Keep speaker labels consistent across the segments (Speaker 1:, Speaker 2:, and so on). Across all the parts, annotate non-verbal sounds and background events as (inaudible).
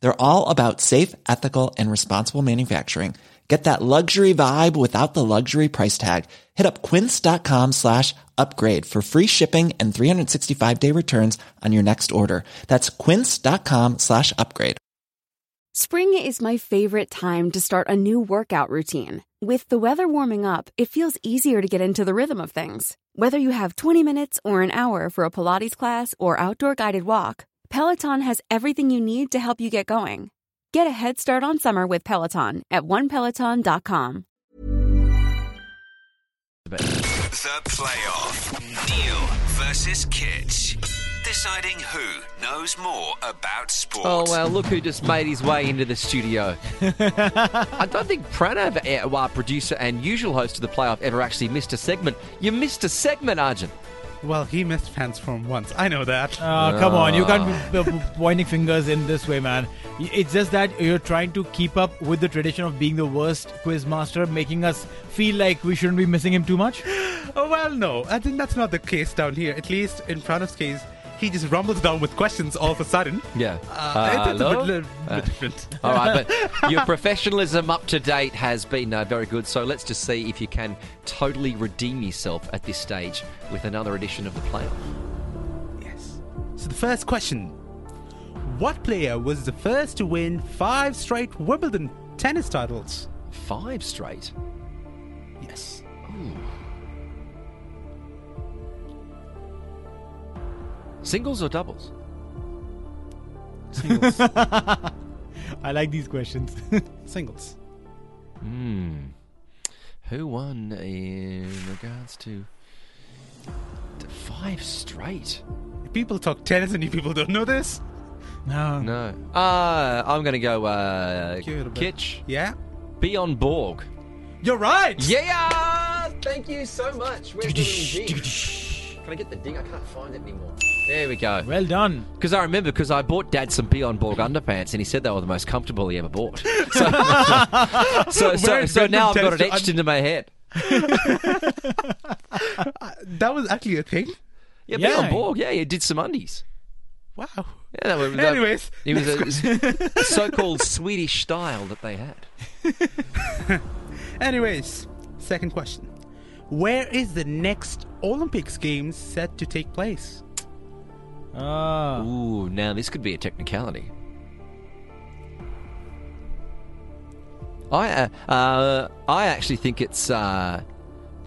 Speaker 1: They're all about safe, ethical and responsible manufacturing. Get that luxury vibe without the luxury price tag. Hit up quince.com slash upgrade for free shipping and 365 day returns on your next order. That's quince.com slash upgrade.
Speaker 2: Spring is my favorite time to start a new workout routine. With the weather warming up, it feels easier to get into the rhythm of things. Whether you have 20 minutes or an hour for a Pilates class or outdoor guided walk, Peloton has everything you need to help you get going. Get a head start on summer with Peloton at onepeloton.com.
Speaker 3: The playoff. Neil versus Kitch. Deciding who knows more about sport.
Speaker 4: Oh well, look who just made his way into the (laughs) studio. I don't think Pranav, uh, our producer and usual host of the playoff, ever actually missed a segment. You missed a segment, Arjun.
Speaker 5: Well, he missed Transform once. I know that. Ah.
Speaker 6: Uh, come on, you can't be p- pointing fingers in this way, man. Y- It's just that you're trying to keep up with the tradition of being the worst quiz master, making us feel like we shouldn't be missing him too much.
Speaker 5: (gasps) Oh, well, no. I think that's not the case down here. At least in Pranav's case, he just rumbles down with questions all of a sudden.
Speaker 4: Yeah.
Speaker 5: Uh, it's, it's a bit,
Speaker 4: Hello?
Speaker 5: li- bit different.
Speaker 4: All right, but your professionalism up to date has been uh, very good. So let's just see if you can totally redeem yourself at this stage with another edition of the playoff.
Speaker 5: Yes. (laughs) So the first question What player was the first to win five straight Wimbledon tennis titles?
Speaker 4: Five straight.
Speaker 5: Yes.
Speaker 4: Singles or doubles?
Speaker 5: Singles.
Speaker 6: I like these questions. (laughs)
Speaker 5: Singles.
Speaker 4: Hmm. Who won in regards to to five straight?
Speaker 5: If people talk tennis and you people don't know this.
Speaker 6: no.
Speaker 4: No. Uh, I'm going to go uh,
Speaker 5: Give it a bit.
Speaker 4: Kitch.
Speaker 5: Yeah.
Speaker 4: Beyond Borg.
Speaker 5: You're right!
Speaker 4: Yeah! Thank you so much. Where's the little ding? Can I get the ding? I can't find it anymore. There we go.
Speaker 6: Well done.
Speaker 4: Because I remember, because I bought Dad some Beyond Borg underpants, and he said they were the most comfortable he ever bought. So, (laughs) so, so,
Speaker 5: Wearing
Speaker 4: so now I've
Speaker 5: random
Speaker 4: got it
Speaker 5: test-
Speaker 4: etched into my head.
Speaker 5: That was actually a thing.
Speaker 4: Yeah,
Speaker 6: Yeah.
Speaker 4: Beyond Borg. Yeah, he did some undies.
Speaker 5: Wow.
Speaker 4: Yeah, they were, they-
Speaker 5: Anyways,
Speaker 4: it was
Speaker 5: (laughs)
Speaker 4: a so-called Swedish style that they had.
Speaker 5: Anyways, second question. Where is the next Olympics Games set to take place?
Speaker 6: Ah.
Speaker 4: Ooh, now this could be a technicality. I uh, uh, I actually think it's uh,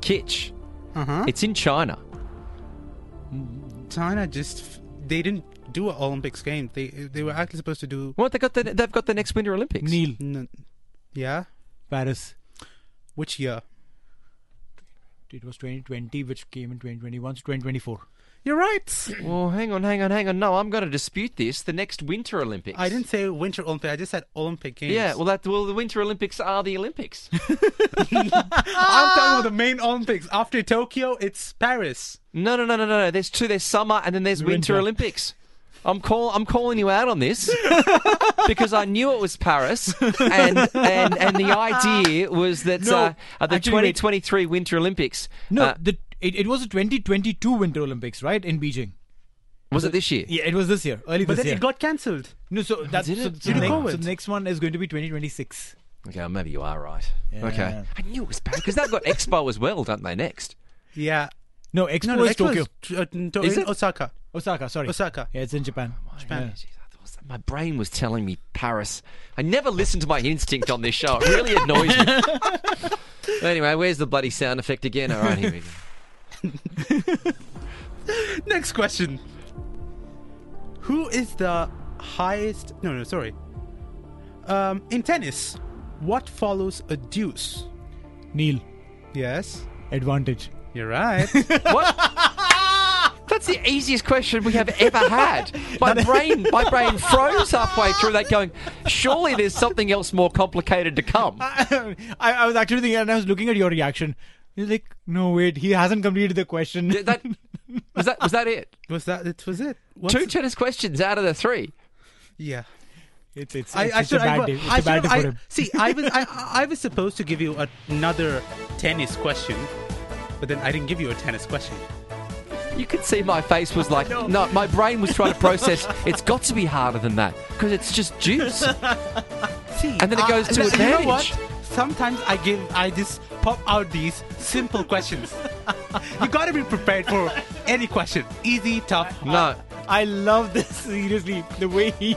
Speaker 4: kitsch.
Speaker 5: Uh-huh.
Speaker 4: It's in China.
Speaker 5: China just they didn't do an Olympics game. They they were actually supposed to do
Speaker 4: What they got? The, they've got the next Winter Olympics.
Speaker 6: Neil,
Speaker 5: n- yeah,
Speaker 6: Paris.
Speaker 5: which year?
Speaker 6: It was 2020, which came in 2021, so 2024.
Speaker 5: You're right.
Speaker 4: Well, hang on, hang on, hang on. No, I'm going to dispute this. The next Winter Olympics.
Speaker 5: I didn't say Winter Olympic. I just said Olympic Games.
Speaker 4: Yeah, well, that well, the Winter Olympics are the Olympics.
Speaker 5: I'm talking about the main Olympics. After Tokyo, it's Paris.
Speaker 4: no, no, no, no, no, no. There's two. There's summer and then there's Winter,
Speaker 6: Winter.
Speaker 4: Olympics. I'm call I'm calling you out on
Speaker 6: (laughs)
Speaker 4: this because I knew it was Paris, and and, and the idea was that
Speaker 6: No,
Speaker 4: uh, at the
Speaker 6: actually, wait.
Speaker 4: 2023 Winter Olympics.
Speaker 6: No,
Speaker 4: uh,
Speaker 6: the, it, it was the 2022 Winter Olympics, right? In Beijing.
Speaker 4: was it this year?
Speaker 6: Yeah, it was this year, early
Speaker 5: But then
Speaker 6: this year.
Speaker 5: it got cancelled.
Speaker 6: no, so that's
Speaker 4: Oh, did
Speaker 6: so,
Speaker 4: it?
Speaker 6: so,
Speaker 4: Did it
Speaker 6: next,
Speaker 5: go with?
Speaker 6: so the next one is going to be 2026.
Speaker 4: Okay, well, maybe you are right.
Speaker 6: Yeah.
Speaker 4: Okay, I knew it was Paris because they've got Expo as well, don't they? Next.
Speaker 5: Yeah.
Speaker 6: No, Expo
Speaker 5: No, no,
Speaker 6: is
Speaker 5: it
Speaker 6: Tokyo.
Speaker 5: was t- uh, in to-
Speaker 4: Is
Speaker 5: in
Speaker 4: it?
Speaker 5: Osaka.
Speaker 6: (laughs) Osaka, sorry.
Speaker 5: Osaka.
Speaker 6: Oh, Yeah, it's in Japan.
Speaker 4: Jeez, I thought that- My brain was telling me Paris. I never listen to my instinct on this show. It really annoys me.
Speaker 6: (laughs)
Speaker 4: anyway, where's the bloody sound effect again? All right, here we go.
Speaker 5: Next question. Who is the highest? No, no, sorry. Um, in tennis, what follows a deuce?
Speaker 6: Neil,
Speaker 5: Yes,
Speaker 6: advantage.
Speaker 5: you're right.
Speaker 4: What? That's the easiest question we have ever
Speaker 5: (laughs)
Speaker 4: had. My brain, my brain froze halfway through that, going, "Surely there's something else more complicated to come."
Speaker 6: (laughs) I, I was actually thinking, and I was looking at your reaction. You're like, no, wait, he hasn't completed the question.
Speaker 4: Did
Speaker 6: (laughs)
Speaker 4: that was that was that it?
Speaker 5: was that? That was it. What's
Speaker 4: Two
Speaker 5: the-
Speaker 4: tennis questions out of the three.
Speaker 5: yeah.
Speaker 6: it's it's,
Speaker 5: I,
Speaker 6: it's,
Speaker 5: I
Speaker 6: it's
Speaker 5: should.
Speaker 6: a bad
Speaker 5: I,
Speaker 6: day. It's
Speaker 5: I
Speaker 6: a bad
Speaker 5: should-
Speaker 6: day for
Speaker 5: I-
Speaker 6: him.
Speaker 5: see, I was. I, I was supposed to give you another tennis question, but then I didn't give you a tennis question.
Speaker 4: You could see my face was like, no, my brain was trying to process. It's got to be harder than that because it's just
Speaker 5: (laughs)
Speaker 4: juice.
Speaker 5: See,
Speaker 4: And then it
Speaker 5: I-
Speaker 4: goes to
Speaker 5: you know
Speaker 4: advantage.
Speaker 5: what? Sometimes I give. I just pop out these simple questions. (laughs) you got to be prepared for any question. Easy, tough.
Speaker 4: No,
Speaker 6: I
Speaker 5: (laughs)
Speaker 6: love this seriously. The way he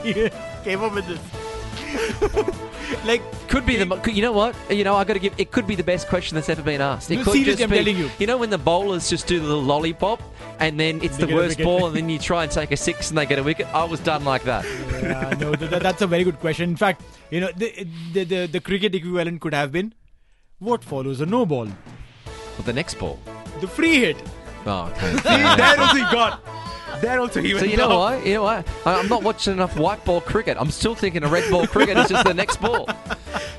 Speaker 6: came up with this, like
Speaker 4: could be the. mo- You know what? You know, I got to give. It could be the best question that's ever been asked. It
Speaker 6: No,
Speaker 4: could
Speaker 6: seriously,
Speaker 4: just
Speaker 6: I'm
Speaker 4: be-
Speaker 6: telling you.
Speaker 4: know when the bowlers just do the little lollipop and then it's
Speaker 6: They
Speaker 4: the
Speaker 6: get a
Speaker 4: worst
Speaker 6: wicket.
Speaker 4: ball and then you try and take a six and they get a wicket. I was done like that.
Speaker 6: yeah, no, th- th- that's a very good question. In fact, you know, the, the the the cricket equivalent could have been what follows a no ball,
Speaker 4: But the next ball.
Speaker 6: the free hit.
Speaker 4: Oh,
Speaker 6: (laughs)
Speaker 4: okay.
Speaker 5: that also he got. That also he
Speaker 4: So
Speaker 5: went
Speaker 4: you know
Speaker 5: down.
Speaker 4: what? You know what? I- I'm not watching enough white ball cricket. I'm still thinking of red ball cricket. It's just the next ball.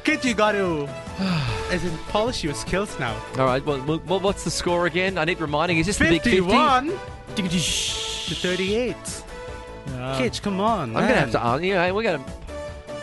Speaker 5: Kid, you got to, as in, polish your skills now.
Speaker 4: All right. Well, well, what's the score again? I need reminding. Is this the big 50?
Speaker 5: Fifty-one to
Speaker 6: Tick-a-tish.
Speaker 5: thirty-eight.
Speaker 6: Yeah.
Speaker 5: Kid, come on.
Speaker 4: I'm gonna have to. ask you know, we're gonna.